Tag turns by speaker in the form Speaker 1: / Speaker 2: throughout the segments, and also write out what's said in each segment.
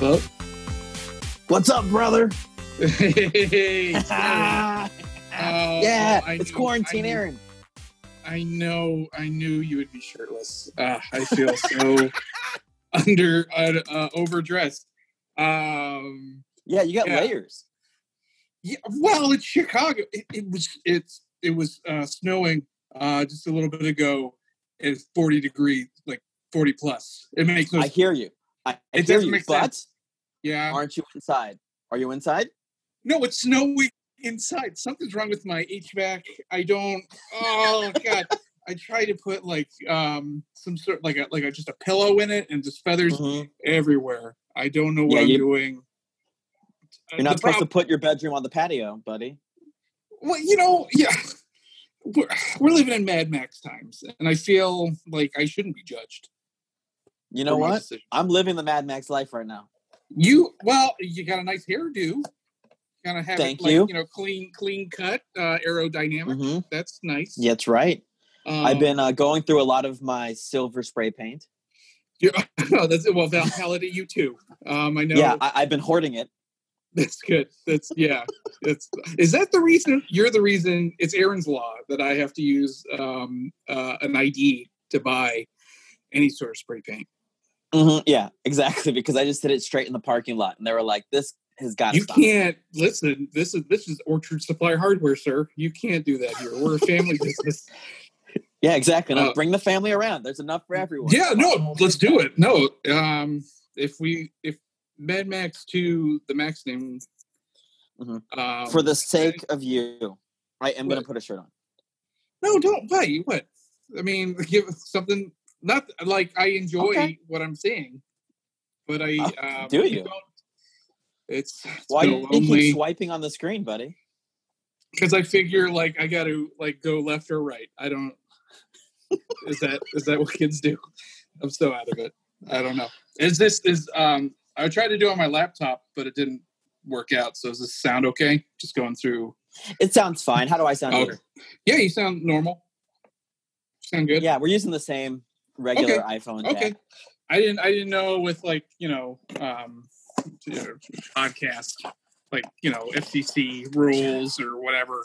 Speaker 1: Well,
Speaker 2: What's up, brother?
Speaker 1: hey, sorry.
Speaker 2: yeah,
Speaker 1: Oh, I
Speaker 2: it's
Speaker 1: knew-
Speaker 2: quarantine,
Speaker 1: I knew-
Speaker 2: Aaron.
Speaker 1: I know, I knew you would be shirtless. Uh, I feel so under uh, uh, overdressed. Um,
Speaker 2: Yeah, you got
Speaker 1: Yeah.
Speaker 2: layers.
Speaker 1: yeah, well, it's Chicago. It, it was it's it was uh, snowing uh, just a little bit ago. It's forty degrees, like forty plus. It makes no.
Speaker 2: I hear you. I, I
Speaker 1: It
Speaker 2: hear
Speaker 1: doesn't
Speaker 2: you,
Speaker 1: make
Speaker 2: but
Speaker 1: yeah,
Speaker 2: aren't you inside? Are you inside?
Speaker 1: no, it's snowing inside. Something's wrong with my HVAC. I don't. Oh God. I try to put like um some sort like a like a just a pillow in it and just feathers
Speaker 2: Mm-hmm.
Speaker 1: everywhere. I don't know what
Speaker 2: Yeah,
Speaker 1: I'm
Speaker 2: you-
Speaker 1: doing. Uh,
Speaker 2: You're not
Speaker 1: the
Speaker 2: supposed
Speaker 1: prob-
Speaker 2: to put your bedroom on the patio, buddy.
Speaker 1: Well, you know, yeah, we're, we're living in Mad Max times, and I feel like I shouldn't be judged.
Speaker 2: You know
Speaker 1: for my
Speaker 2: what?
Speaker 1: decision.
Speaker 2: I'm living the Mad Max life right now.
Speaker 1: You well, you got a nice hairdo. Kind of have
Speaker 2: Thank
Speaker 1: it, like,
Speaker 2: you.
Speaker 1: You know, clean, clean cut, uh, aerodynamic.
Speaker 2: hmm
Speaker 1: That's nice.
Speaker 2: Yeah, that's right.
Speaker 1: Um,
Speaker 2: I've been uh, going through a lot of my silver spray paint.
Speaker 1: yeah, no, oh, that's well, Val Halliday, you too. Um, I know.
Speaker 2: Yeah, I- I've been hoarding it.
Speaker 1: That's good. That's yeah. That's is that the reason you're the reason it's Aaron's law that I have to use um, uh, an ID to buy any sort of spray paint.
Speaker 2: hmm Yeah, exactly. Because I just hit it straight in the parking lot, and they were like, "This has got to
Speaker 1: You
Speaker 2: stop."
Speaker 1: can't listen. This is this is Orchard Supply Hardware, sir. You can't do that here. We're a family business.
Speaker 2: Yeah, exactly. Now
Speaker 1: Uh,
Speaker 2: bring the family around. There's enough for everyone.
Speaker 1: Yeah, no, let's do it. No, um, if we if Mad Max to the Max name
Speaker 2: Mhm.
Speaker 1: um,
Speaker 2: For the sake of you, I am going to put a shirt on.
Speaker 1: No, don't play. What? I mean, give something. Not like I enjoy
Speaker 2: Okay.
Speaker 1: what I'm saying, but I
Speaker 2: Oh,
Speaker 1: um,
Speaker 2: do you?
Speaker 1: don't- It's, it's
Speaker 2: Why do
Speaker 1: been
Speaker 2: you
Speaker 1: lonely
Speaker 2: keep swiping on the screen, buddy?
Speaker 1: because I figure like I got to like go left or right. I don't. is that is that what kids do? I'm so out of it. I don't know. Is this is um? I tried to do it on my laptop, but it didn't work out. So is this sound okay? Just going through.
Speaker 2: It sounds fine. How do I sound? to
Speaker 1: Okay. Yeah, you sound normal. Sound
Speaker 2: you?
Speaker 1: good.
Speaker 2: Yeah, we're using the same regular iPhone.
Speaker 1: okay
Speaker 2: Tab.
Speaker 1: i didn't i didn't know with like you know um you know, podcast like you know fcc rules or whatever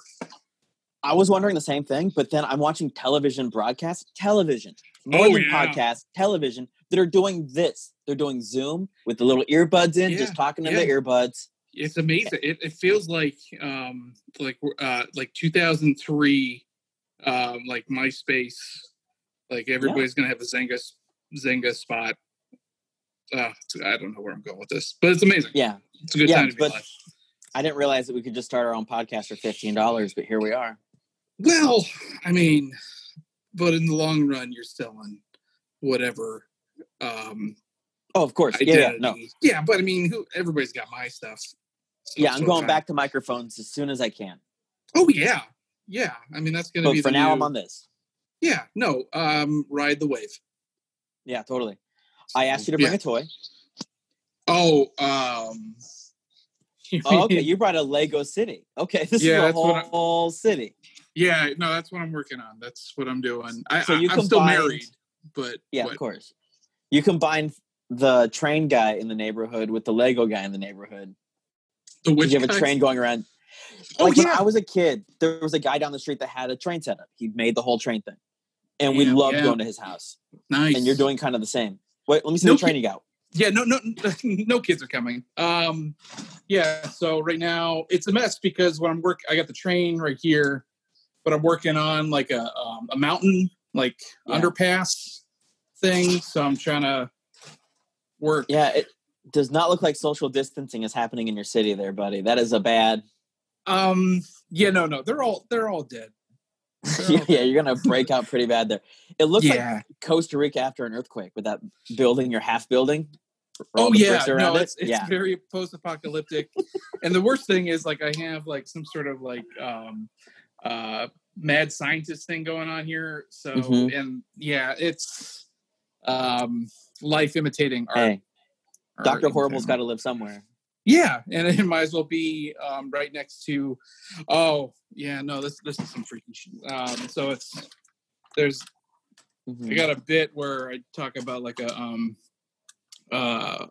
Speaker 2: I was wondering the same thing, but then I'm watching television broadcast, television, more
Speaker 1: Oh,
Speaker 2: than
Speaker 1: yeah.
Speaker 2: podcast, television that are doing this. They're doing Zoom with the little earbuds in,
Speaker 1: Yeah,
Speaker 2: just talking to
Speaker 1: yeah.
Speaker 2: their earbuds.
Speaker 1: it's amazing it, it feels like um like we're, uh like 2003 um like myspace like everybody's gonna have a Zenga Zenga spot uh, I don't know where I'm going with this, but it's amazing.
Speaker 2: Yeah,
Speaker 1: It's a good
Speaker 2: Yeah,
Speaker 1: time to be
Speaker 2: but-
Speaker 1: alive.
Speaker 2: I didn't realize that we could just start our own podcast for fifteen dollars, but here we are.
Speaker 1: Well, I mean, but in the long run, you're selling whatever. Um,
Speaker 2: Oh, of course. Yeah, yeah,
Speaker 1: identity.
Speaker 2: no.
Speaker 1: Yeah, but I mean, who, everybody's got my stuff. So-
Speaker 2: Yeah, I'm
Speaker 1: so
Speaker 2: going
Speaker 1: it's not-
Speaker 2: back to microphones as soon as I can.
Speaker 1: Oh yeah, yeah. I mean, that's gonna
Speaker 2: But
Speaker 1: be
Speaker 2: for
Speaker 1: the
Speaker 2: now,
Speaker 1: new-
Speaker 2: I'm on this.
Speaker 1: Yeah, no. Um, ride the wave.
Speaker 2: Yeah, totally. I asked you to bring
Speaker 1: Yeah.
Speaker 2: a toy.
Speaker 1: Oh, um.
Speaker 2: Oh, okay, you brought a Lego City. Okay, this
Speaker 1: Yeah,
Speaker 2: is a
Speaker 1: that's what I-
Speaker 2: whole city.
Speaker 1: yeah, no, that's what I'm working on. That's what I'm doing. I,
Speaker 2: So
Speaker 1: I-
Speaker 2: you
Speaker 1: I'm still
Speaker 2: combined-
Speaker 1: married, but
Speaker 2: Yeah,
Speaker 1: what-
Speaker 2: of course. You combine the train guy in the neighborhood with the Lego guy in the neighborhood.
Speaker 1: the
Speaker 2: 'Cause
Speaker 1: witch
Speaker 2: you have a
Speaker 1: guys-
Speaker 2: train going around.
Speaker 1: Oh
Speaker 2: like when
Speaker 1: yeah,
Speaker 2: I was a kid, there was a guy down the street that had a train setup. He made the whole train thing, and we
Speaker 1: Yeah,
Speaker 2: loved
Speaker 1: yeah.
Speaker 2: going to his house.
Speaker 1: nice.
Speaker 2: And you're doing kind of the same. Wait, let me see
Speaker 1: No
Speaker 2: the train you got.
Speaker 1: yeah no no no kids are coming um yeah so right now it's a mess because when i'm work i got the train right here but i'm working on like a um, a mountain like
Speaker 2: Yeah.
Speaker 1: underpass thing so i'm trying to work
Speaker 2: Yeah, it does not look like social distancing is happening in your city, there, buddy. That is a bad.
Speaker 1: um yeah no no they're all they're all dead They're all-
Speaker 2: yeah, you're gonna break out pretty bad there. It looks like
Speaker 1: yeah
Speaker 2: Costa Rica after an earthquake with that building, your half building. with all
Speaker 1: oh
Speaker 2: the
Speaker 1: yeah
Speaker 2: bricks
Speaker 1: no
Speaker 2: around it.
Speaker 1: it's, it's
Speaker 2: yeah,
Speaker 1: very post-apocalyptic and the worst thing is like i have like some sort of like um uh mad scientist thing going on here so
Speaker 2: Mhm.
Speaker 1: and yeah it's um life imitating art,
Speaker 2: hey,
Speaker 1: Or
Speaker 2: Doctor
Speaker 1: in
Speaker 2: Horrible's got
Speaker 1: general.
Speaker 2: to live somewhere.
Speaker 1: yeah and it might as well be um right next to oh yeah no this this is some freaking shit. um so it's there's
Speaker 2: Mhm.
Speaker 1: I got a bit where I talk about like a um uh,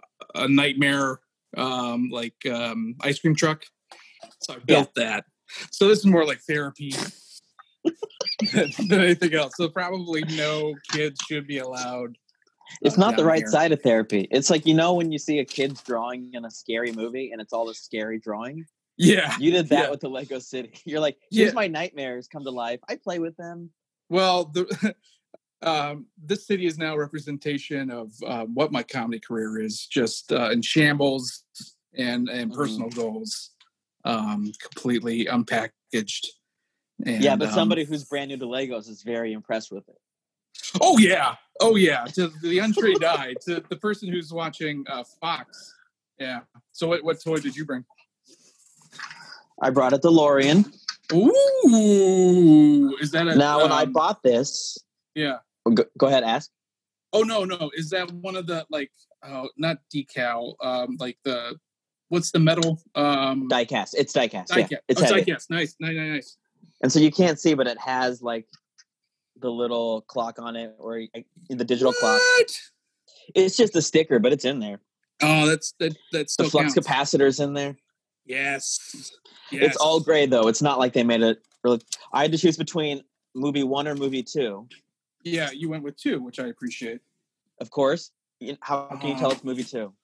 Speaker 1: a nightmare um, like um, ice cream truck. So I built that. So this is more like therapy than than anything else. So probably no kids should be allowed. uh,
Speaker 2: It's not the
Speaker 1: down
Speaker 2: right
Speaker 1: here.
Speaker 2: side of therapy. It's like you know when you see a kid's drawing in a scary movie and it's all a scary drawing.
Speaker 1: Yeah.
Speaker 2: You did that
Speaker 1: Yeah.
Speaker 2: with the Lego City. You're like, here's
Speaker 1: Yeah.
Speaker 2: my nightmares come to life. I play with them.
Speaker 1: Well, the, um, this city is now a representation of um, what my comedy career is, just uh, in shambles and and
Speaker 2: Mhm.
Speaker 1: personal goals, um, completely unpackaged. And,
Speaker 2: yeah, but
Speaker 1: um,
Speaker 2: somebody who's brand new to Legos is very impressed with it.
Speaker 1: Oh yeah, oh yeah. To the untrained eye, to the person who's watching uh, Fox. Yeah. So what what toy did you bring?
Speaker 2: I brought a DeLorean.
Speaker 1: Ooh, is that a,
Speaker 2: now, when I
Speaker 1: um,
Speaker 2: bought this,
Speaker 1: Yeah.
Speaker 2: go, go ahead, ask.
Speaker 1: Oh no, no. Is that one of the like? Oh, not decal. Um, like the what's the metal? Um,
Speaker 2: Diecast. It's diecast.
Speaker 1: diecast.
Speaker 2: Yeah, it's
Speaker 1: oh,
Speaker 2: heavy.
Speaker 1: diecast. Nice, nice, nice, nice.
Speaker 2: And so you can't see, but it has like the little clock on it or uh, the digital clock.
Speaker 1: What?
Speaker 2: It's just a sticker, but it's in there.
Speaker 1: Oh, that's that. That's
Speaker 2: The
Speaker 1: still
Speaker 2: flux
Speaker 1: counts.
Speaker 2: capacitor's in there.
Speaker 1: Yes. yes.
Speaker 2: It's all gray though. It's not like they made it really. I had to choose between movie one or movie two.
Speaker 1: Yeah, you went with two, which I appreciate.
Speaker 2: Of course. You- How can
Speaker 1: Oh.
Speaker 2: you tell it's movie two?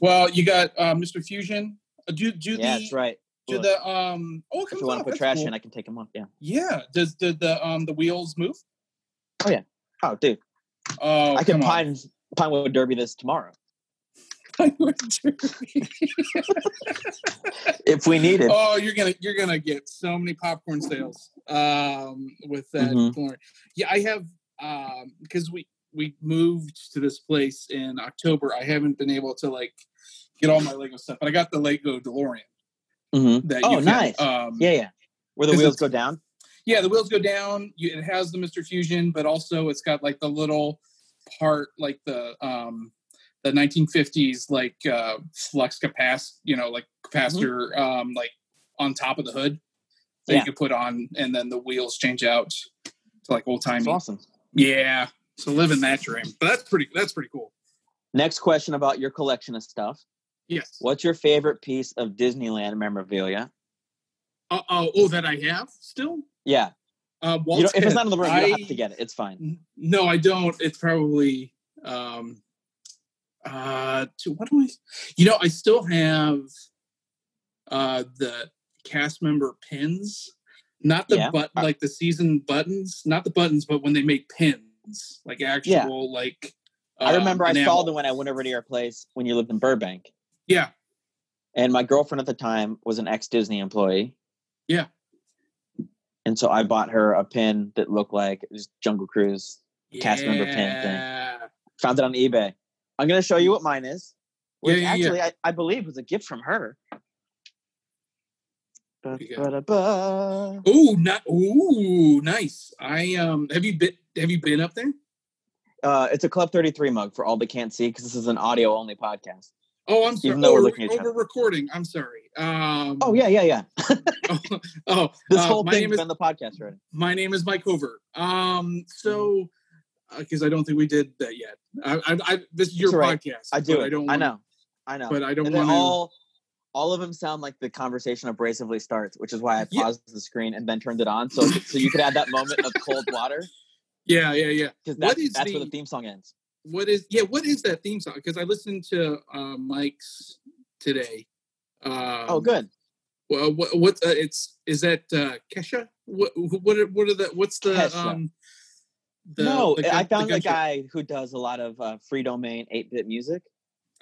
Speaker 1: Well, you got uh, Mr. Fusion. Uh, do do
Speaker 2: yeah,
Speaker 1: the
Speaker 2: that's right.
Speaker 1: do
Speaker 2: Look,
Speaker 1: the um. Oh, it
Speaker 2: if
Speaker 1: comes
Speaker 2: you want to
Speaker 1: off,
Speaker 2: put
Speaker 1: that's
Speaker 2: trash
Speaker 1: cool.
Speaker 2: in, I can take them off. Yeah.
Speaker 1: Yeah. Does did the um the wheels move?
Speaker 2: Oh, dude,
Speaker 1: Oh,
Speaker 2: I can
Speaker 1: come on.
Speaker 2: pine Pinewood Derby this tomorrow if we need it.
Speaker 1: Oh, you're gonna you're gonna get so many popcorn sales um, with that.
Speaker 2: Mhm.
Speaker 1: corn. Yeah, I have um because we we moved to this place in October. I haven't been able to like get all my Lego stuff, but I got the Lego DeLorean.
Speaker 2: Mhm.
Speaker 1: That
Speaker 2: Oh,
Speaker 1: you can,
Speaker 2: nice.
Speaker 1: Um,
Speaker 2: Yeah, yeah. Where the
Speaker 1: 'Cause
Speaker 2: wheels
Speaker 1: it's-
Speaker 2: go down.
Speaker 1: yeah, the wheels go down. You, it has the Mister Fusion, but also it's got like the little part, like the um the 1950s like uh flux capac, you know, like capacitor, um like on top of the hood that
Speaker 2: Yeah.
Speaker 1: you can put on, and then the wheels change out to like old
Speaker 2: It's
Speaker 1: timey.
Speaker 2: awesome.
Speaker 1: Yeah, so living that dream. But that's pretty. That's pretty cool.
Speaker 2: Next question about your collection of stuff.
Speaker 1: Yes.
Speaker 2: What's your favorite piece of Disneyland memorabilia?
Speaker 1: Uh, oh, oh, that I have still.
Speaker 2: Yeah.
Speaker 1: Uh,
Speaker 2: You don't, if it's
Speaker 1: Walt's
Speaker 2: not in the room, you don't have
Speaker 1: I-
Speaker 2: to get it. It's fine.
Speaker 1: N- No, I don't. It's probably um uh to what do I you know, I still have uh the cast member pins. Not the
Speaker 2: Yeah. Uh.
Speaker 1: but like the season buttons, not the buttons, but when they make pins, like actual like um,
Speaker 2: I remember I saw
Speaker 1: the
Speaker 2: them when I went over to your place when you lived in Burbank.
Speaker 1: Yeah.
Speaker 2: And my girlfriend at the time was an ex Disney employee.
Speaker 1: Yeah.
Speaker 2: And so I bought her a pin that looked like it was Jungle Cruise. Cast member pin thing.
Speaker 1: Yeah.
Speaker 2: Found it on eBay. I'm going to show you what mine is.
Speaker 1: Yeah, yeah,
Speaker 2: Which
Speaker 1: yeah.
Speaker 2: actually, I, I believe was a gift from her. Ba-
Speaker 1: you
Speaker 2: ba- da- ba.
Speaker 1: Ooh, not ooh, nice. I um have you been have you been up there?
Speaker 2: Uh, it's a Club 33 mug for all that can't see because this is an audio only podcast.
Speaker 1: Oh, I'm sorry.
Speaker 2: Even though
Speaker 1: Oh,
Speaker 2: we're looking at each
Speaker 1: over
Speaker 2: other.
Speaker 1: recording. I'm sorry. Um,
Speaker 2: Oh, yeah, yeah, yeah.
Speaker 1: oh, oh,
Speaker 2: This
Speaker 1: uh,
Speaker 2: whole
Speaker 1: my
Speaker 2: thing's
Speaker 1: name is
Speaker 2: been the podcast already.
Speaker 1: my name is Mike Covert. Um, so because I don't think we did that yet. I, I, I this is your
Speaker 2: It's all Mm-hmm. right.
Speaker 1: podcast.
Speaker 2: I do.
Speaker 1: but
Speaker 2: it.
Speaker 1: I don't.
Speaker 2: I
Speaker 1: wanna-
Speaker 2: know. I know.
Speaker 1: But I don't
Speaker 2: and then
Speaker 1: want to.
Speaker 2: all all of them sound like the conversation abrasively starts, which is why I
Speaker 1: Yeah.
Speaker 2: paused the screen and then turned it on so so you could add that moment of cold water
Speaker 1: yeah, yeah, yeah.
Speaker 2: because
Speaker 1: What
Speaker 2: that's,
Speaker 1: is
Speaker 2: that's where
Speaker 1: the-
Speaker 2: the theme song ends.
Speaker 1: What is yeah? What is that theme song? Because I listened to uh, Mike's today. Um,
Speaker 2: oh, good.
Speaker 1: Well, what, what uh, it's is that uh, Kesha? What what are, what are the what's the
Speaker 2: Kesha.
Speaker 1: um? The,
Speaker 2: no,
Speaker 1: the gun-
Speaker 2: I found a
Speaker 1: gunshot-
Speaker 2: guy who does a lot of uh, free domain eight bit music,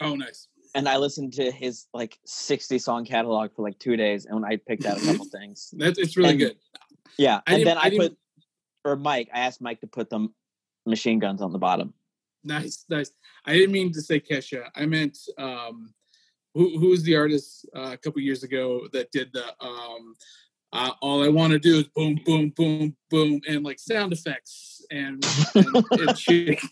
Speaker 1: Oh, nice.
Speaker 2: and I listened to his like sixty song catalog for like two days, and I picked out a couple things.
Speaker 1: That's it's really
Speaker 2: And-
Speaker 1: good. I
Speaker 2: Yeah, and
Speaker 1: didn't-
Speaker 2: then
Speaker 1: I
Speaker 2: I
Speaker 1: didn't-
Speaker 2: put or Mike, I asked Mike to put the machine guns on the bottom.
Speaker 1: Nice, nice. I didn't mean to say Kesha. I meant um, who who was the artist uh, a couple years ago that did the um, uh, all I want to do is boom, boom, boom, boom, and like sound effects and, and, and shit.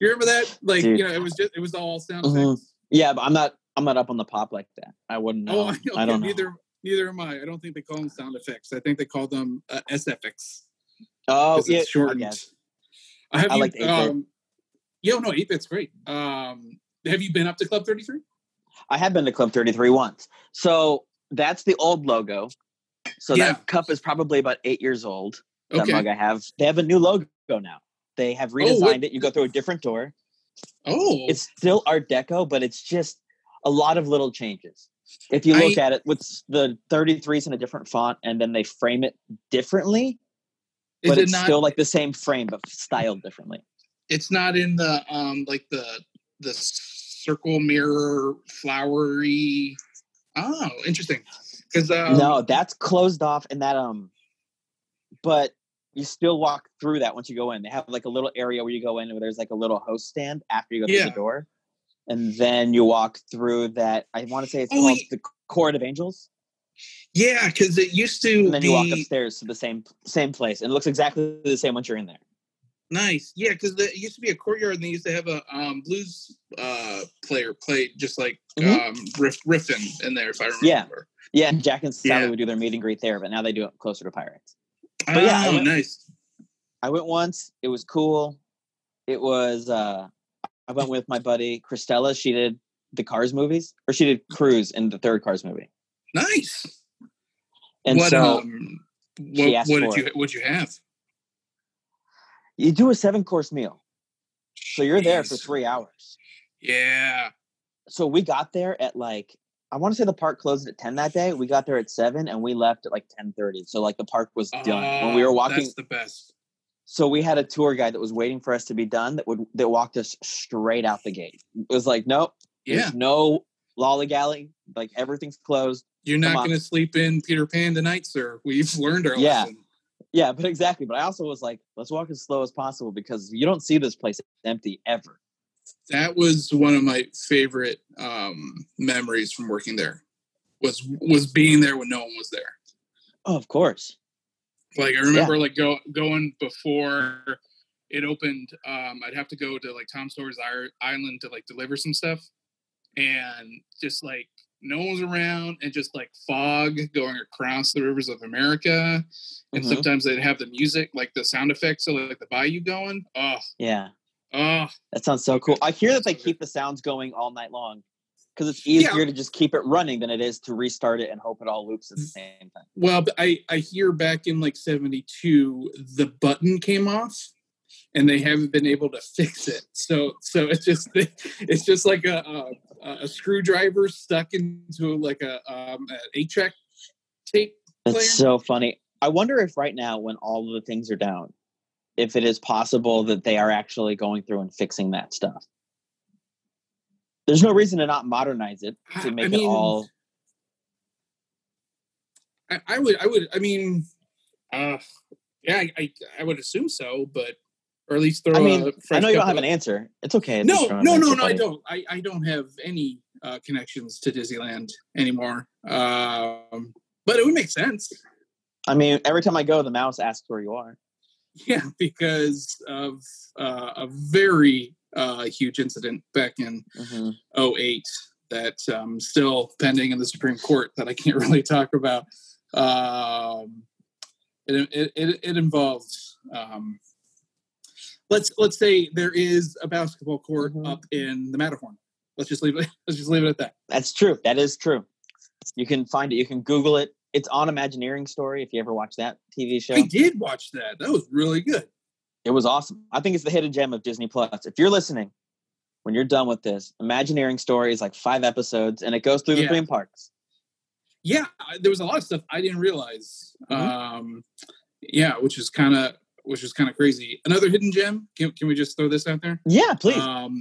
Speaker 1: You remember that? Like
Speaker 2: Dude.
Speaker 1: you know, it was just it was all sound
Speaker 2: Mhm.
Speaker 1: effects.
Speaker 2: Yeah, but I'm not I'm not up on the pop like that. I wouldn't know.
Speaker 1: oh, I,
Speaker 2: I don't know.
Speaker 1: neither neither am I. I don't think they call them sound effects. I think they call them uh, SFX.
Speaker 2: Oh,
Speaker 1: 'cause
Speaker 2: yeah,
Speaker 1: it's shortened.
Speaker 2: guess.
Speaker 1: I have
Speaker 2: I
Speaker 1: you,
Speaker 2: liked 8-bit.
Speaker 1: um, yeah, no, eight bit's great. Um, Have you been up to Club 33?
Speaker 2: I have been to Club 33 once. So that's the old logo. So
Speaker 1: Yeah.
Speaker 2: that cup is probably about eight years old. That
Speaker 1: Okay.
Speaker 2: mug I have. They have a new logo now. They have redesigned it. You go through a different door.
Speaker 1: Oh,
Speaker 2: It's still Art Deco, but it's just a lot of little changes. If you look
Speaker 1: I-
Speaker 2: at it, with the 33s in a different font, and then they frame it differently,
Speaker 1: is
Speaker 2: but
Speaker 1: it
Speaker 2: it's
Speaker 1: not?
Speaker 2: still like the same frame, but styled differently.
Speaker 1: it's not in the um like the the circle mirror flowery. Oh, interesting. Because um,
Speaker 2: no, that's closed off and that um but you still walk through that once you go in. They have like a little area where you go in where there's like a little host stand after you go
Speaker 1: Yeah.
Speaker 2: through the door. And then you walk through that I want to say it's
Speaker 1: Oh,
Speaker 2: called
Speaker 1: wait.
Speaker 2: the Court of Angels.
Speaker 1: yeah, because it used to
Speaker 2: And then
Speaker 1: be
Speaker 2: you walk upstairs to the same same place. And it looks exactly the same once you're in there.
Speaker 1: nice. Yeah, because it used to be a courtyard, and they used to have a um blues uh player play just like
Speaker 2: Mhm.
Speaker 1: um riff, riffing in there, if I remember.
Speaker 2: Yeah. Yeah, and Jack and Sally
Speaker 1: Yeah.
Speaker 2: would do their meet and greet there, but now they do it closer to Pirates.
Speaker 1: Oh,
Speaker 2: But yeah, I went-
Speaker 1: nice.
Speaker 2: I went once. It was cool. It was. uh I went with my buddy Christella. She did the Cars movies, or she did Cruise in the third Cars movie.
Speaker 1: Nice.
Speaker 2: And
Speaker 1: what
Speaker 2: so
Speaker 1: um,
Speaker 2: she
Speaker 1: what,
Speaker 2: asked
Speaker 1: what did
Speaker 2: for
Speaker 1: you what you have?
Speaker 2: you do a seven course meal, so you're there for
Speaker 1: Jeez.
Speaker 2: three hours.
Speaker 1: Yeah.
Speaker 2: So we got there at like I want to say the park closed at ten that day. We got there at seven, and we left at like ten thirty. So like the park was done when we
Speaker 1: Oh,
Speaker 2: were walking.
Speaker 1: That's the best.
Speaker 2: So we had a tour guide that was waiting for us to be done. That would that walked us straight out the gate. It was like, nope,
Speaker 1: Yeah.
Speaker 2: There's no lollygagging. Like everything's closed.
Speaker 1: You're
Speaker 2: Come
Speaker 1: not
Speaker 2: on.
Speaker 1: going to sleep in Peter Pan tonight, sir. We've learned our
Speaker 2: Yeah.
Speaker 1: lesson.
Speaker 2: Yeah, but exactly. But I also was like, let's walk as slow as possible because you don't see this place empty ever.
Speaker 1: That was one of my favorite um, memories from working there. Was was being there when no one was there.
Speaker 2: Oh, of course.
Speaker 1: Like I remember, like go going before it opened. Um, I'd have to go to like Tom Sawyer's Ir- Island to like deliver some stuff, and just like no one's around, and just like fog going across the rivers of America, and
Speaker 2: Mhm.
Speaker 1: sometimes they'd have the music, like the sound effects, so like the bayou going. Oh,
Speaker 2: Yeah,
Speaker 1: oh,
Speaker 2: that sounds so cool. I hear that they
Speaker 1: Okay.
Speaker 2: keep the sounds going all night long because it's
Speaker 1: Yeah.
Speaker 2: easier to just keep it running than it is to restart it and hope it all loops at
Speaker 1: Mm.
Speaker 2: the same time.
Speaker 1: Well, but I I hear back in like '72 the button came off, and
Speaker 2: Mm-hmm.
Speaker 1: they haven't been able to fix it. So so it's just it's just like a a, a screwdriver stuck into like a um an eight track tape.
Speaker 2: That's
Speaker 1: player.
Speaker 2: so funny. I wonder if right now, when all of the things are down, if it is possible that they are actually going through and fixing that stuff. There's no reason to not modernize it
Speaker 1: Hmm. I
Speaker 2: to make it
Speaker 1: mean-
Speaker 2: all.
Speaker 1: I, I would I would I mean, uh, yeah, I, I I would assume so, but or at least throw.
Speaker 2: I mean,
Speaker 1: a
Speaker 2: I
Speaker 1: fresh
Speaker 2: know you don't
Speaker 1: couple
Speaker 2: have an
Speaker 1: of-
Speaker 2: answer. It's okay. It's
Speaker 1: No,
Speaker 2: just throwing
Speaker 1: no,
Speaker 2: an
Speaker 1: no,
Speaker 2: answer,
Speaker 1: no. I
Speaker 2: buddy.
Speaker 1: don't. I, I don't have any uh, connections to Disneyland anymore. Um, but it would make sense.
Speaker 2: I mean, every time I go, the mouse asks where you are.
Speaker 1: Yeah, because of uh, a very uh, huge incident back in
Speaker 2: Mhm.
Speaker 1: 08 that um, still pending in the Supreme Court that I can't really talk about. Um, it, it, it, it involved um, let's let's say there is a basketball court
Speaker 2: Mhm.
Speaker 1: up in the Matterhorn. Let's just leave it. Let's just leave it at that.
Speaker 2: That's true. That is true. You can find it. You can Google it. It's on Imagineering Story if you ever watch that TV show.
Speaker 1: I did watch that. That was really good.
Speaker 2: It was awesome. I think it's the hidden gem of Disney Plus. If you're listening, when you're done with this, Imagineering Story is like five episodes and it goes through the
Speaker 1: Yeah.
Speaker 2: theme parks.
Speaker 1: yeah I- there was a lot of stuff i didn't realize
Speaker 2: Mhm.
Speaker 1: um yeah which is kind of which is kind of crazy another hidden gem can, can we just throw this out there
Speaker 2: Yeah, please.
Speaker 1: um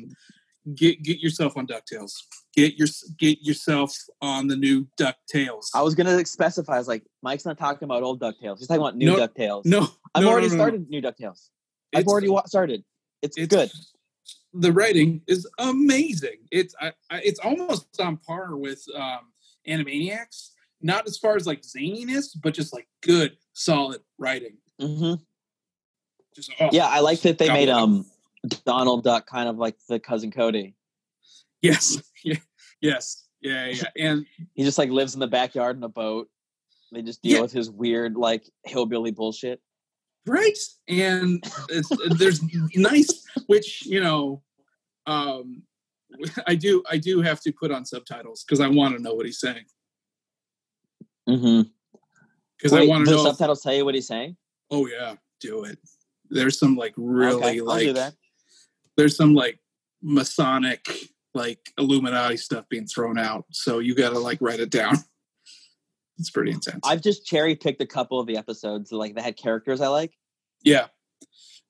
Speaker 1: get get yourself on ducktales get your get yourself on the new ducktales
Speaker 2: I was gonna specify. I was like, Mike's not talking about old Ducktales. He's talking about new
Speaker 1: No,
Speaker 2: Ducktales.
Speaker 1: no
Speaker 2: I've
Speaker 1: no,
Speaker 2: already
Speaker 1: no, no, no.
Speaker 2: started new Ducktales. I've
Speaker 1: It's-
Speaker 2: already wa- started. It's,
Speaker 1: it's-
Speaker 2: good.
Speaker 1: the writing is amazing it's I, I, it's almost on par with um animaniacs not as far as like zaniness but just like good solid writing
Speaker 2: hmm
Speaker 1: just oh,
Speaker 2: Yeah, I like that they
Speaker 1: Gobble
Speaker 2: made
Speaker 1: it up.
Speaker 2: um Donald Duck kind of like the cousin Cody.
Speaker 1: Yes. Yeah. Yes. Yeah. Yeah. And
Speaker 2: He just like lives in the backyard in a boat. They just deal
Speaker 1: Yeah.
Speaker 2: with his weird like hillbilly bullshit.
Speaker 1: right. And it's, there's nice, which you know, um, I do I do have to put on subtitles because I want to know what he's saying
Speaker 2: Mm-hmm.
Speaker 1: because I want to
Speaker 2: the
Speaker 1: know. if-
Speaker 2: subtitles tell you what he's saying.
Speaker 1: oh yeah, do it. There's some like really
Speaker 2: okay, I'll
Speaker 1: like
Speaker 2: do that.
Speaker 1: there's some like Masonic like Illuminati stuff being thrown out, so you got to like write it down. It's pretty intense.
Speaker 2: I've just cherry picked a couple of the episodes like that had characters I like.
Speaker 1: yeah,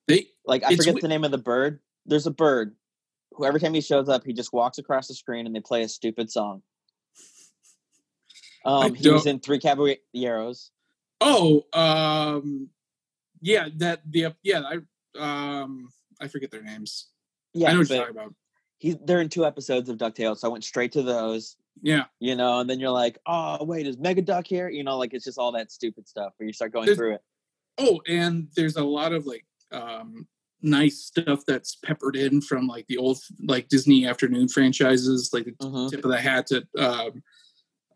Speaker 1: they
Speaker 2: Like I
Speaker 1: It's
Speaker 2: forget
Speaker 1: wi-
Speaker 2: the name of the bird. There's a bird who every time he shows up, he just walks across the screen and they play a stupid song. Um, he was
Speaker 1: don't-
Speaker 2: in Three Caballeros.
Speaker 1: Oh, um, yeah, that the yeah, I um, I forget their names.
Speaker 2: Yeah,
Speaker 1: I know what
Speaker 2: but
Speaker 1: you're talking about.
Speaker 2: he's they're in two episodes of Ducktales, so I went straight to those.
Speaker 1: Yeah,
Speaker 2: You know, and then you're like, oh wait, is Mega Duck here? You know, like it's just all that stupid stuff where you start going
Speaker 1: There's-
Speaker 2: through it.
Speaker 1: Oh, and there's a lot of like um, nice stuff that's peppered in from like the old like Disney afternoon franchises, like the
Speaker 2: Mhm.
Speaker 1: tip of the hat to um,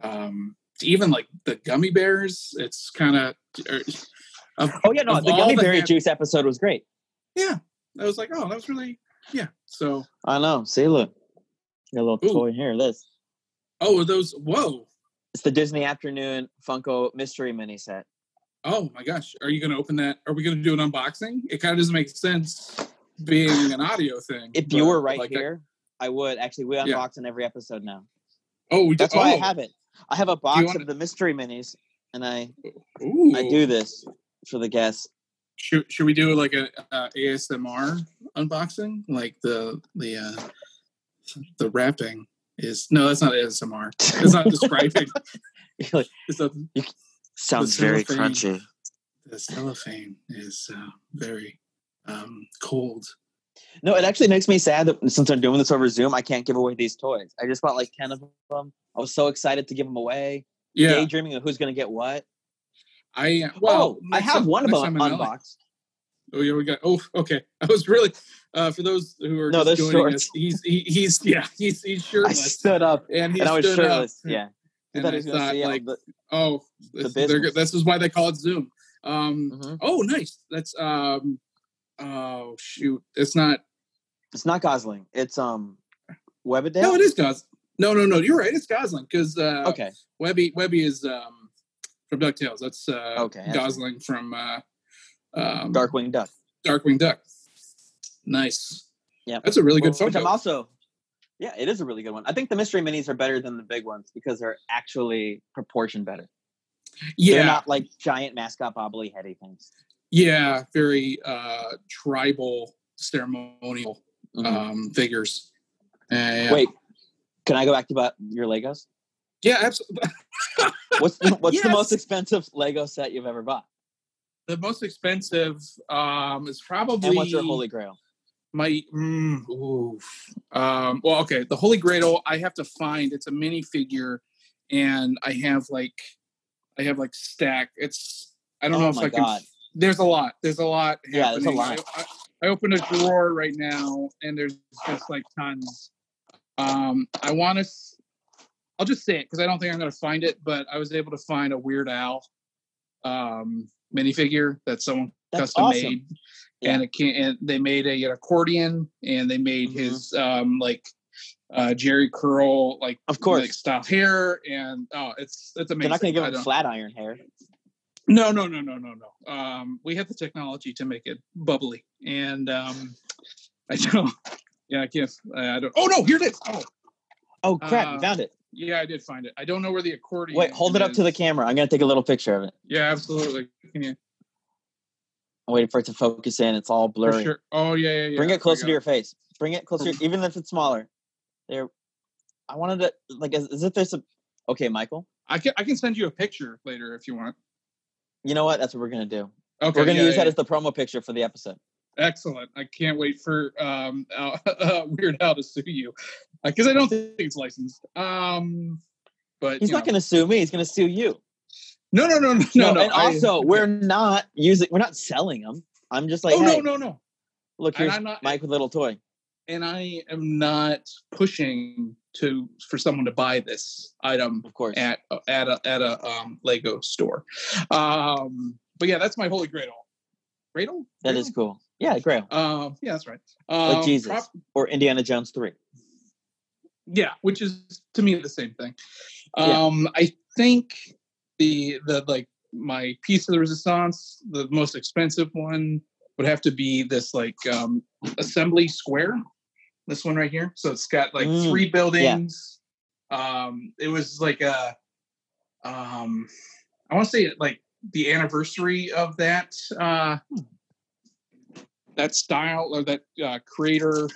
Speaker 1: um, to even like the gummy bears. It's er, kind of
Speaker 2: Oh yeah, no,
Speaker 1: Of
Speaker 2: the
Speaker 1: all
Speaker 2: gummy
Speaker 1: the
Speaker 2: berry
Speaker 1: hap-
Speaker 2: juice episode was great.
Speaker 1: I was like, oh, that was really yeah. So
Speaker 2: I know. See, look, got a little
Speaker 1: Ooh.
Speaker 2: toy here. This
Speaker 1: oh, are those whoa.
Speaker 2: it's the Disney Afternoon Funko Mystery Mini Set.
Speaker 1: Oh my gosh, are you going to open that? Are we going to do an unboxing? It kind of doesn't make sense being an audio thing.
Speaker 2: If you
Speaker 1: but,
Speaker 2: were right
Speaker 1: like, I-
Speaker 2: here, I would actually. We
Speaker 1: Yeah.
Speaker 2: unbox in every episode now.
Speaker 1: oh, we do-
Speaker 2: That's why
Speaker 1: oh,
Speaker 2: I have it. I have a box
Speaker 1: wanna-
Speaker 2: of the mystery minis, and I
Speaker 1: Ooh.
Speaker 2: I do this for the guests.
Speaker 1: Should, should we do like a, uh ASMR unboxing? Like the the uh, the wrapping is no, that's not ASMR. It's not describing.
Speaker 2: Like,
Speaker 1: it's a,
Speaker 2: Sounds
Speaker 1: The
Speaker 2: very
Speaker 1: cellophane.
Speaker 2: crunchy.
Speaker 1: the cellophane is uh, very um, cold.
Speaker 2: No, it actually makes me sad that since I'm doing this over Zoom, I can't give away these toys. I just bought like ten of them. I was so excited to give them away.
Speaker 1: Yeah,
Speaker 2: Daydreaming of who's going to get what.
Speaker 1: I uh, well,
Speaker 2: oh, I
Speaker 1: next
Speaker 2: have
Speaker 1: time-
Speaker 2: one of
Speaker 1: next
Speaker 2: them
Speaker 1: time in LA.
Speaker 2: unboxed.
Speaker 1: Oh yeah, we got. Oh, okay. I was really uh, for those who are
Speaker 2: No,
Speaker 1: just
Speaker 2: they're
Speaker 1: joining
Speaker 2: shorts.
Speaker 1: us. He's he, he's yeah he's he's
Speaker 2: I
Speaker 1: shirtless
Speaker 2: stood up
Speaker 1: and he
Speaker 2: and I was
Speaker 1: stood up,
Speaker 2: shirtless. Yeah. I
Speaker 1: and
Speaker 2: thought he
Speaker 1: I
Speaker 2: was gonna
Speaker 1: thought
Speaker 2: say,
Speaker 1: like
Speaker 2: um,
Speaker 1: oh this, they're
Speaker 2: business.
Speaker 1: good. this is why they call it Zoom. Um,
Speaker 2: the- mhm.
Speaker 1: Oh, nice. That's um. Oh shoot, it's not.
Speaker 2: it's not Gosling. It's um Webadale.
Speaker 1: No, it is Gos. No, no, no. You're right. It's Gosling because uh,
Speaker 2: Okay.
Speaker 1: Webby Webby is um from Ducktales. That's uh,
Speaker 2: Okay, that's
Speaker 1: Gosling from uh, um,
Speaker 2: Oh, Darkwing Duck.
Speaker 1: Darkwing Duck. Nice.
Speaker 2: Yep.
Speaker 1: that's a really good
Speaker 2: Which
Speaker 1: photo.
Speaker 2: I'm also yeah, it is a really good one. I think the mystery minis are better than the big ones because they're actually proportioned better.
Speaker 1: yeah,
Speaker 2: They're not like giant mascot bobbly heady things.
Speaker 1: yeah. Very uh, tribal ceremonial
Speaker 2: Mhm.
Speaker 1: um, figures. And,
Speaker 2: Wait, can I go back to about your Legos?
Speaker 1: Yeah, absolutely.
Speaker 2: What's the, what's the
Speaker 1: Yes.
Speaker 2: most expensive Lego set you've ever bought?
Speaker 1: The most expensive um, is probably
Speaker 2: And what's your holy grail?
Speaker 1: My mm, oof. Um, well, okay. The Holy Grail, I have to find. It's a minifigure, and I have like, I have like stack. It's I don't
Speaker 2: oh
Speaker 1: know if
Speaker 2: my
Speaker 1: I can.
Speaker 2: god.
Speaker 1: There's a lot. There's a lot.
Speaker 2: Yeah, there's a
Speaker 1: happening.
Speaker 2: lot.
Speaker 1: I, I, I opened a drawer right now, and there's just like tons. Um, I want to. I'll just say it because I don't think I'm going to find it. But I was able to find a Weird Al um, minifigure that someone
Speaker 2: That's
Speaker 1: custom
Speaker 2: awesome.
Speaker 1: made
Speaker 2: Yeah.
Speaker 1: and it can and they made a, an accordion and they made
Speaker 2: Mhm.
Speaker 1: his um like uh jerry curl like
Speaker 2: Of course.
Speaker 1: like style hair and oh it's it's
Speaker 2: They're
Speaker 1: amazing
Speaker 2: not gonna give
Speaker 1: I
Speaker 2: him
Speaker 1: don't-
Speaker 2: flat iron hair.
Speaker 1: no no no no no no um we have the technology to make it bubbly and um i don't yeah i can't i don't oh no here it is oh
Speaker 2: Oh crap, you
Speaker 1: Uh,
Speaker 2: found it.
Speaker 1: yeah i did find it i don't know where the accordion
Speaker 2: Wait, hold it up to the
Speaker 1: is.
Speaker 2: camera. I'm gonna take a little picture of it.
Speaker 1: yeah absolutely can you
Speaker 2: I'm waiting for it to focus in. It's all
Speaker 1: for
Speaker 2: blurry.
Speaker 1: sure oh yeah yeah, yeah
Speaker 2: Bring it closer
Speaker 1: I
Speaker 2: to
Speaker 1: got
Speaker 2: your face. Bring it closer, even if it's smaller. There, I wanted to like as, as if there's a. Okay, Michael.
Speaker 1: i can i can send you a picture later if you want
Speaker 2: You know what? That's what we're gonna do.
Speaker 1: okay
Speaker 2: we're gonna
Speaker 1: Oh, yeah,
Speaker 2: use
Speaker 1: yeah,
Speaker 2: that as the promo picture for the episode.
Speaker 1: Excellent. I can't wait for um, uh, Weird Al to sue you because I don't think it's licensed. Um, but
Speaker 2: He's
Speaker 1: you
Speaker 2: not
Speaker 1: know.
Speaker 2: gonna sue me. He's gonna sue you.
Speaker 1: No, no, no, no, no. no
Speaker 2: and
Speaker 1: I-
Speaker 2: also, we're not using. We're not selling them. I'm just like,
Speaker 1: oh
Speaker 2: hey,
Speaker 1: no, no, no.
Speaker 2: look
Speaker 1: And
Speaker 2: here's
Speaker 1: I'm not.
Speaker 2: Mike with little toy.
Speaker 1: And I am not pushing to for someone to buy this item
Speaker 2: Of course.
Speaker 1: at at a at a um, Lego store. Um, but yeah, that's my holy grail. Grail.
Speaker 2: that is cool. Yeah, Grail
Speaker 1: Um, yeah, that's right. Um,
Speaker 2: Jesus.
Speaker 1: prop-
Speaker 2: or Indiana Jones three.
Speaker 1: Yeah, which is to me the same thing. Um, I think the the like my piece of the resistance, the most expensive one, would have to be this like um, assembly square. This one right here. So it's got like
Speaker 2: Mm,
Speaker 1: three buildings. Um, it was like a um, I want to say like the anniversary of that uh, that style or that uh, creator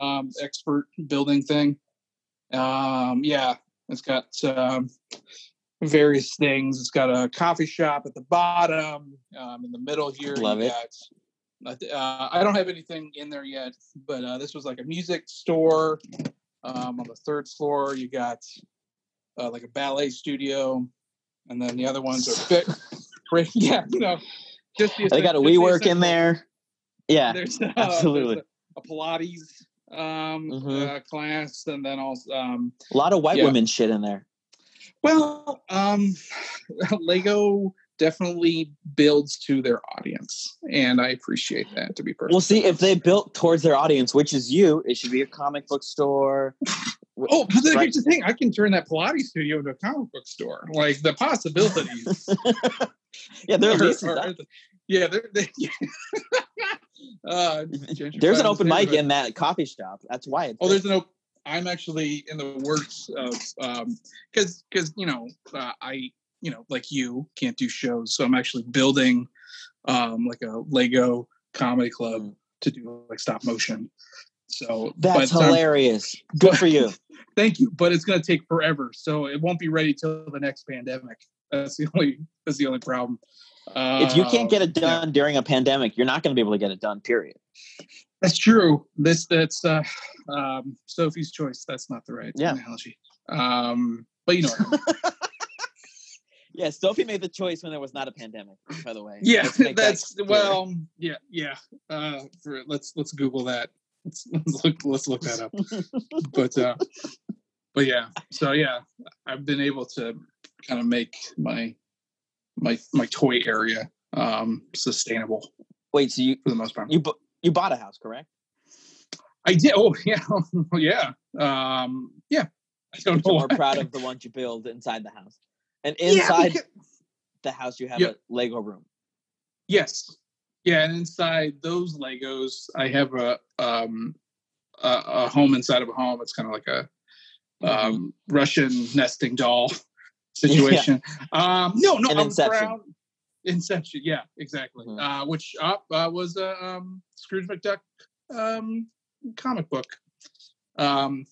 Speaker 1: um, expert building thing. Um, yeah, it's got um, various things. It's got a coffee shop at the bottom. Um, in the middle here, you
Speaker 2: Love it.
Speaker 1: got- uh, I don't have anything in there yet, but uh, this was like a music store. Um, on the third floor, you got uh, like a ballet studio, and then the other ones are big. yeah, no, just the
Speaker 2: They got a
Speaker 1: just the
Speaker 2: WeWork in
Speaker 1: essentials
Speaker 2: there. Yeah.
Speaker 1: there's a,
Speaker 2: absolutely.
Speaker 1: there's a, a Pilates um,
Speaker 2: Mhm.
Speaker 1: uh, class, and then also um,
Speaker 2: A lot of white
Speaker 1: Yeah.
Speaker 2: women shit in there.
Speaker 1: well, um, Lego definitely builds to their audience, and I appreciate that. To be perfect,
Speaker 2: Well, see, if they built towards their audience, which is you, it should be a comic book store.
Speaker 1: Oh, but then
Speaker 2: Right.
Speaker 1: here's the thing: I can turn that Pilates studio into a comic book store. Like the possibilities.
Speaker 2: Yeah, there
Speaker 1: are-
Speaker 2: are leases
Speaker 1: are-
Speaker 2: up.
Speaker 1: yeah, they're, they, uh, gentrified
Speaker 2: There's
Speaker 1: this
Speaker 2: an open mic
Speaker 1: neighborhood.
Speaker 2: in that coffee shop. That's why it's
Speaker 1: Oh, there's no. I'm actually in the works of um because because you know uh, I you know like you can't do shows, so I'm actually building um like a Lego comedy club
Speaker 2: Mm.
Speaker 1: to do like stop motion. So
Speaker 2: That's
Speaker 1: but, um,
Speaker 2: hilarious. Good for you.
Speaker 1: thank you, but it's gonna take forever, so it won't be ready till the next pandemic. That's the only that's the only problem.
Speaker 2: if you can't get
Speaker 1: Um,
Speaker 2: it done during a pandemic, you're not going to be able to get it done. Period.
Speaker 1: That's true. This that's uh, um, Sophie's choice. That's not the right
Speaker 2: Yeah.
Speaker 1: analogy. Um, but you know, what I mean.
Speaker 2: Yeah, Sophie made the choice when there was not a pandemic. By the way.
Speaker 1: yeah,
Speaker 2: Let's make that
Speaker 1: that's
Speaker 2: clear.
Speaker 1: well, yeah, yeah. Uh, for, let's let's Google that. Let's, let's look let's look that up. but uh, but yeah, so yeah, I've been able to kind of make my my my toy area um sustainable
Speaker 2: Wait, so you
Speaker 1: for the most part.
Speaker 2: you bu- you bought a house, correct?
Speaker 1: I did. Oh yeah, yeah, um, yeah. Oh, I don't know.
Speaker 2: So we're
Speaker 1: why.
Speaker 2: proud of the ones you build inside the house, and
Speaker 1: Yeah,
Speaker 2: inside
Speaker 1: because-
Speaker 2: the house you have
Speaker 1: Yep.
Speaker 2: a Lego room.
Speaker 1: Yes. Yeah, and inside those Legos, I have a um a, a home inside of a home. It's kind of like a
Speaker 2: Mm-hmm.
Speaker 1: um Russian nesting doll situation. Um no, no,
Speaker 2: An
Speaker 1: I'm
Speaker 2: Inception.
Speaker 1: proud. Inception, yeah, exactly.
Speaker 2: Mhm.
Speaker 1: Uh which uh, uh was a um Scrooge McDuck um comic book. Um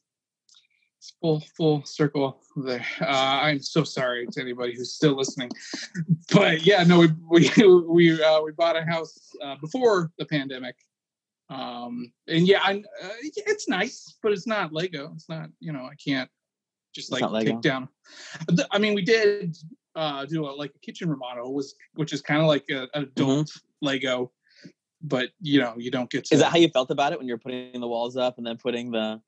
Speaker 1: it's full full circle there. Uh, I'm so sorry to anybody who's still listening, but yeah, no, we we we uh, we bought a house uh, before the pandemic, um, and yeah, I, uh, it's nice, but it's not Lego. It's not you know I can't just
Speaker 2: It's
Speaker 1: like
Speaker 2: not Lego.
Speaker 1: take down. The- I mean, we did uh, do a, like a kitchen remodel was which is kind of like a,
Speaker 2: Mm-hmm.
Speaker 1: an adult Lego, but you know you don't get to
Speaker 2: Is that how you felt about it when you're putting the walls up and then putting the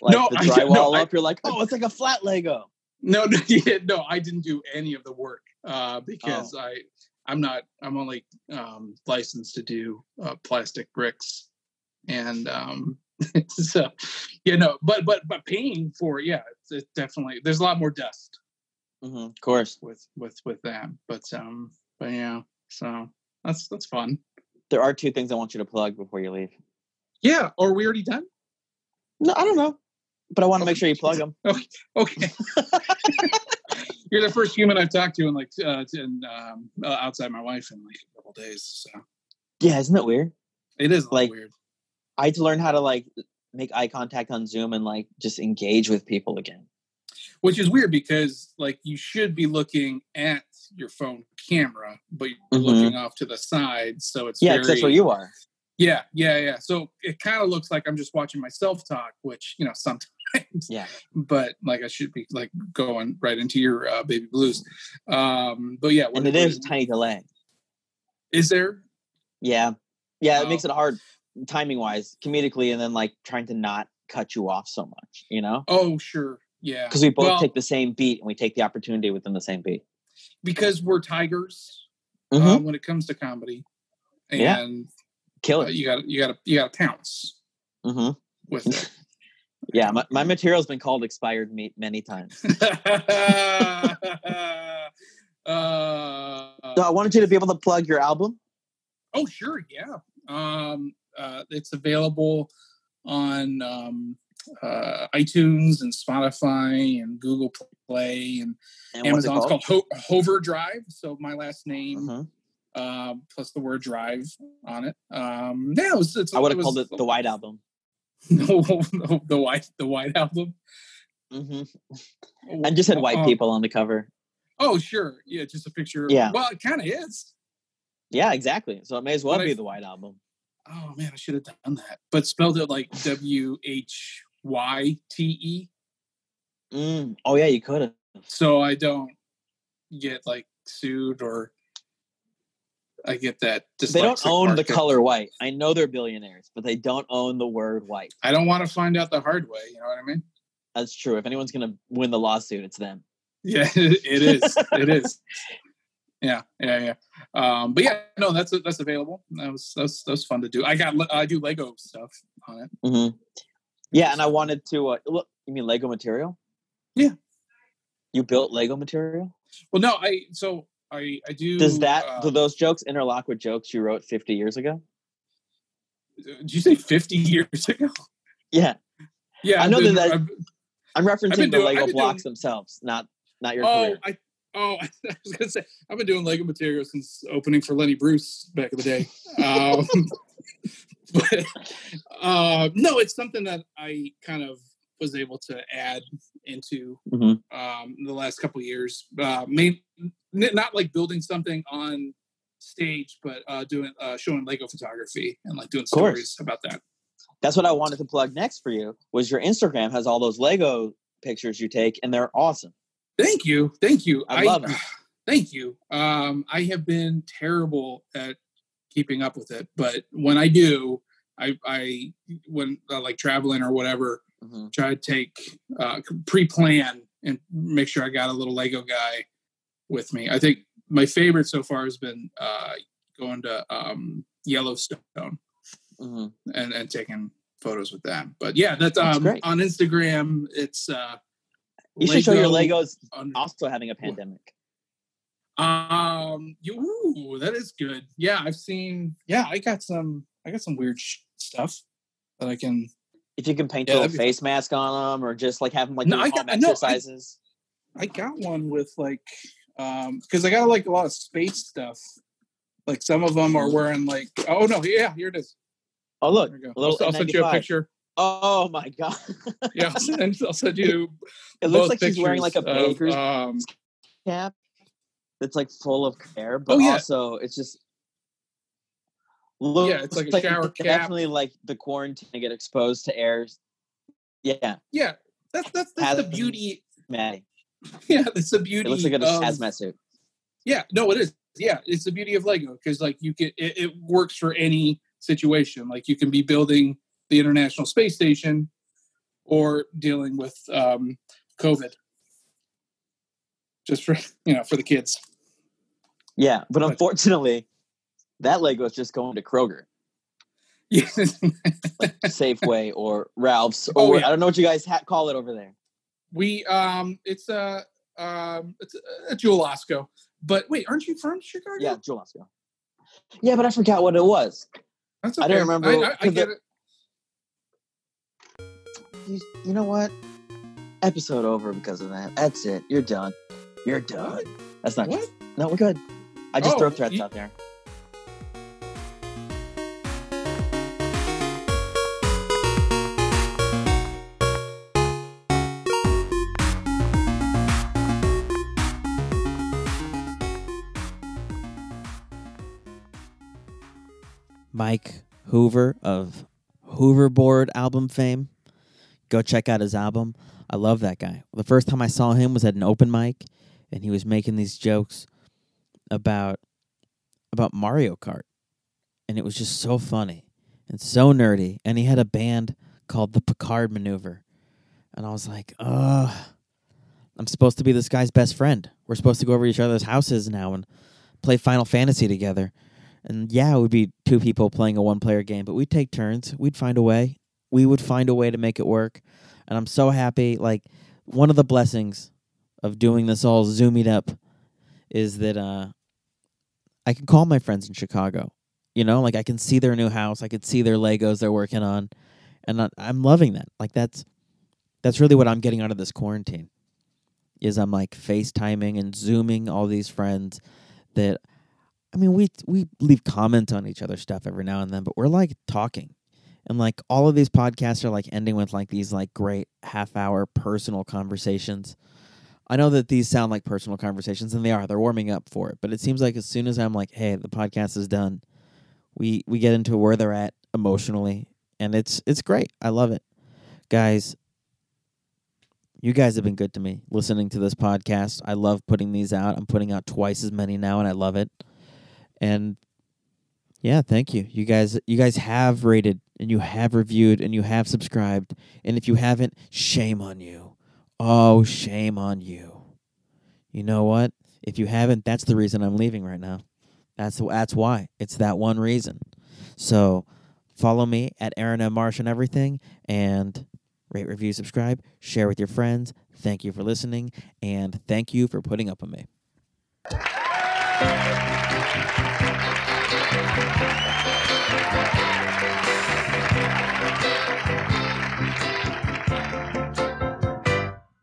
Speaker 2: like
Speaker 1: No,
Speaker 2: the
Speaker 1: I- no,
Speaker 2: drywall
Speaker 1: I-
Speaker 2: up? You're like, oh, it's like a flat Lego.
Speaker 1: No, no, yeah, no, I didn't do any of the work uh, because I, I'm not, I'm only um, licensed to do uh, plastic bricks, and um, so, you know, but but but paying for it, yeah, it's, it's definitely there's a lot more dust
Speaker 2: Mhm, of course,
Speaker 1: with with with that, but um, but yeah, so that's that's fun.
Speaker 2: there are two things I want you to plug before you leave.
Speaker 1: Yeah, are we already done?
Speaker 2: No, I don't know, but I want to make sure you plug them.
Speaker 1: Okay. You're the first human I've talked to in like uh, in, um, uh, outside my wife in like a couple days. So
Speaker 2: Yeah, isn't it weird?
Speaker 1: it is like
Speaker 2: Like,
Speaker 1: weird.
Speaker 2: I had to learn how to like make eye contact on Zoom and like just engage with people again.
Speaker 1: which is weird because like you should be looking at your phone camera but you're
Speaker 2: Mhm.
Speaker 1: looking off to the side so it's
Speaker 2: Yeah, 'cause
Speaker 1: very,
Speaker 2: that's where you are.
Speaker 1: yeah yeah yeah so it kind of looks like i'm just watching myself talk which you know sometimes
Speaker 2: Yeah.
Speaker 1: but like i should be like going right into your uh, baby blues um but yeah
Speaker 2: and it is tiny delay.
Speaker 1: is there
Speaker 2: Yeah. Yeah, it
Speaker 1: Oh.
Speaker 2: makes it hard timing wise, comedically, and then like trying to not cut you off so much, you know?
Speaker 1: oh sure yeah
Speaker 2: Because we both
Speaker 1: Well,
Speaker 2: take the same beat and we take the opportunity within the same beat.
Speaker 1: because we're tigers
Speaker 2: Mhm.
Speaker 1: uh, when it comes to comedy
Speaker 2: Yeah.
Speaker 1: and
Speaker 2: Kill
Speaker 1: uh,
Speaker 2: it.
Speaker 1: you got to you got to you got to pounce
Speaker 2: hmm
Speaker 1: with it
Speaker 2: Yeah, my, my material's been called expired meat many times.
Speaker 1: uh,
Speaker 2: So I wanted you to be able to plug your album.
Speaker 1: Oh, sure, yeah. Um, uh, it's available on um, uh, iTunes and Spotify and Google Play and
Speaker 2: And what's it
Speaker 1: Amazon. it's called Ho- Hover Drive. So my last name
Speaker 2: Mhm.
Speaker 1: uh, plus the word drive on it. Um, yeah, it was, it's,
Speaker 2: I would have
Speaker 1: was-
Speaker 2: called it the White Album.
Speaker 1: No, no, the white, the white album.
Speaker 2: hmm And just had white
Speaker 1: Uh,
Speaker 2: people on the cover.
Speaker 1: Oh, sure. Yeah, just a picture.
Speaker 2: Yeah.
Speaker 1: Well, it kind of is.
Speaker 2: Yeah, exactly. So it may as well
Speaker 1: But I-
Speaker 2: be the White Album.
Speaker 1: Oh man, I should have done that, but spelled it like W H Y T E,
Speaker 2: Mm. Oh yeah, you could have.
Speaker 1: so I don't get like sued or I get that.
Speaker 2: They don't
Speaker 1: dyslexic
Speaker 2: own the
Speaker 1: market.
Speaker 2: color white. I know they're billionaires, but they don't own the word white.
Speaker 1: I don't want to find out the hard way. You know what I mean?
Speaker 2: That's true. If anyone's gonna win the lawsuit, it's them.
Speaker 1: Yeah, it is. it is. Yeah, yeah, yeah. Um, but yeah, no, that's that's available. That was that's that's fun to do. I got I do Lego stuff on it.
Speaker 2: hmm Yeah, and I wanted to. Uh, look, you mean Lego material?
Speaker 1: Yeah.
Speaker 2: You built Lego material?
Speaker 1: Well, no, I so I I do.
Speaker 2: Does that
Speaker 1: uh,
Speaker 2: do those jokes interlock with jokes you wrote 50 years ago?
Speaker 1: did you say fifty years ago?
Speaker 2: Yeah,
Speaker 1: Yeah,
Speaker 2: I know
Speaker 1: I've been-
Speaker 2: that I-
Speaker 1: I've-
Speaker 2: I'm referencing the
Speaker 1: been doing- I've
Speaker 2: Lego
Speaker 1: been
Speaker 2: blocks themselves, not not your
Speaker 1: Oh,
Speaker 2: career.
Speaker 1: I oh, I was gonna say I've been doing Lego material since opening for Lenny Bruce back in the day. Um, but uh, no, it's something that I kind of was able to add into
Speaker 2: Mhm.
Speaker 1: um, the last couple of years. Uh, main, n- not like building something on stage, but uh, doing uh, showing Lego photography and like doing
Speaker 2: Of course.
Speaker 1: stories about that.
Speaker 2: That's what I wanted to plug next for you. Was your Instagram has all those Lego pictures you take, and they're awesome.
Speaker 1: Thank you, thank you.
Speaker 2: I love it.
Speaker 1: Thank you. Um, I have been terrible at keeping up with it, but when I do, I, I when uh, like traveling or whatever,
Speaker 2: Mhm.
Speaker 1: try to take uh, pre-plan and make sure I got a little Lego guy with me. I think my favorite so far has been uh, going to um, Yellowstone
Speaker 2: Mhm.
Speaker 1: and, and taking photos with them. But yeah, that's,
Speaker 2: That's
Speaker 1: um,
Speaker 2: great.
Speaker 1: on Instagram. It's uh,
Speaker 2: You should show your Legos
Speaker 1: under-
Speaker 2: also having a pandemic.
Speaker 1: Um, you, ooh, that is good. Yeah, I've seen. Yeah, I got some. I got some weird sh- stuff that I can.
Speaker 2: If you can paint
Speaker 1: Yeah,
Speaker 2: a
Speaker 1: that'd
Speaker 2: little
Speaker 1: be
Speaker 2: face mask on them, or just like have them like
Speaker 1: No,
Speaker 2: do
Speaker 1: I
Speaker 2: home
Speaker 1: got- no, I-
Speaker 2: exercises.
Speaker 1: I got one with like, um, because I got like a lot of space stuff. Like some of them are wearing like. Oh no! Yeah, here it is.
Speaker 2: oh look,
Speaker 1: There you
Speaker 2: a
Speaker 1: go.
Speaker 2: little
Speaker 1: I'll, I'll send you a
Speaker 2: N95.
Speaker 1: picture.
Speaker 2: Oh my god!
Speaker 1: Yeah, I'll send, I'll send you.
Speaker 2: It looks
Speaker 1: both
Speaker 2: like she's wearing like a
Speaker 1: pictures of,
Speaker 2: baker's
Speaker 1: um,
Speaker 2: cap that's like full of hair, but
Speaker 1: Oh, yeah.
Speaker 2: also it's just looks
Speaker 1: Yeah, it's like a shower cap.
Speaker 2: Definitely like the quarantine to get exposed to air. Yeah,
Speaker 1: yeah, that's that's that's the
Speaker 2: Hazmat.
Speaker 1: beauty.
Speaker 2: Maddie.
Speaker 1: Yeah, that's the beauty.
Speaker 2: It looks like a
Speaker 1: of-
Speaker 2: hazmat suit.
Speaker 1: Yeah, no, it is. Yeah, it's the beauty of Lego because like you can, it, it works for any situation. Like you can be building the International Space Station or dealing with um, COVID, just for you know for the kids.
Speaker 2: Yeah, but
Speaker 1: But-
Speaker 2: unfortunately, that Lego is just going to Kroger,
Speaker 1: Yeah,
Speaker 2: Safeway, or Ralph's, or
Speaker 1: Oh,
Speaker 2: where-
Speaker 1: yeah.
Speaker 2: I don't know what you guys ha- call it over there.
Speaker 1: we um, it's a um, it's a- a Jewel Osco. But wait, aren't you from Chicago?
Speaker 2: Yeah, Jewel Osco. Yeah, but I forgot what it was.
Speaker 1: that's
Speaker 2: I don't remember,
Speaker 1: I, I, I
Speaker 2: 'cause
Speaker 1: get it.
Speaker 2: You, you know what? Episode over because of that. That's it. You're done. You're done. That's not.
Speaker 1: What?
Speaker 2: No, we're good. I just
Speaker 1: Oh,
Speaker 2: throw threats
Speaker 1: you-
Speaker 2: out there.
Speaker 3: Mike Hoover of Hooverboard album fame. Go check out his album. I love that guy. The first time I saw him was at an open mic and he was making these jokes about about Mario Kart. And it was just so funny and so nerdy. And he had a band called the Picard Maneuver. And I was like, ugh. I'm supposed to be this guy's best friend. We're supposed to go over to each other's houses now and play Final Fantasy together. And yeah, it would be two people playing a one player game, but we'd take turns. We'd find a way. We would find a way to make it work.
Speaker 2: and I'm so happy. Like one of the blessings of doing this all zoomed up is that uh, I can call my friends in Chicago. You know, like I can see their new house, I can see their Legos they're working on, and I- I'm loving that. Like that's that's really what I'm getting out of this quarantine. Is I'm like FaceTiming and zooming all these friends that I mean we we leave comments on each other's stuff every now and then, but we're like talking. And like all of these podcasts are like ending with like these like great half hour personal conversations. I know that these sound like personal conversations and they are. They're warming up for it. But it seems like as soon as I'm like, hey, the podcast is done, we we get into where they're at emotionally and it's it's great. I love it. Guys, you guys have been good to me listening to this podcast. I love putting these out. I'm putting out twice as many now and I love it. And yeah, thank you. You guys you guys have rated and you have reviewed and you have subscribed. And if you haven't, shame on you. Oh, shame on you. You know what? If you haven't, that's the reason I'm leaving right now. That's that's why. It's that one reason. So follow me at Aaron M. Marsh and everything and rate, review, subscribe, share with your friends. Thank you for listening and thank you for putting up with me.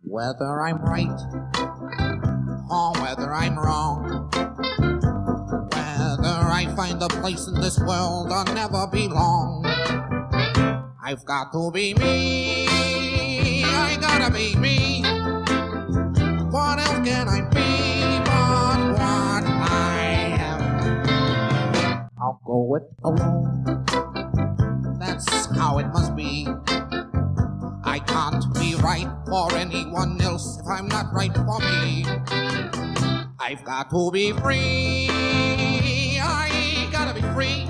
Speaker 4: Whether I'm right or whether I'm wrong, whether I find a place in this world I'll never belong, I've got to be me. I gotta be me. What else can I be but what I am? I'll go it alone. That's how it must be. I can't be right for anyone else if I'm not right for me. I've got to be free. I gotta be free.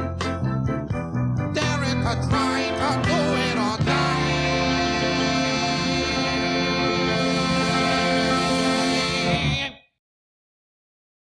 Speaker 4: Daring to try.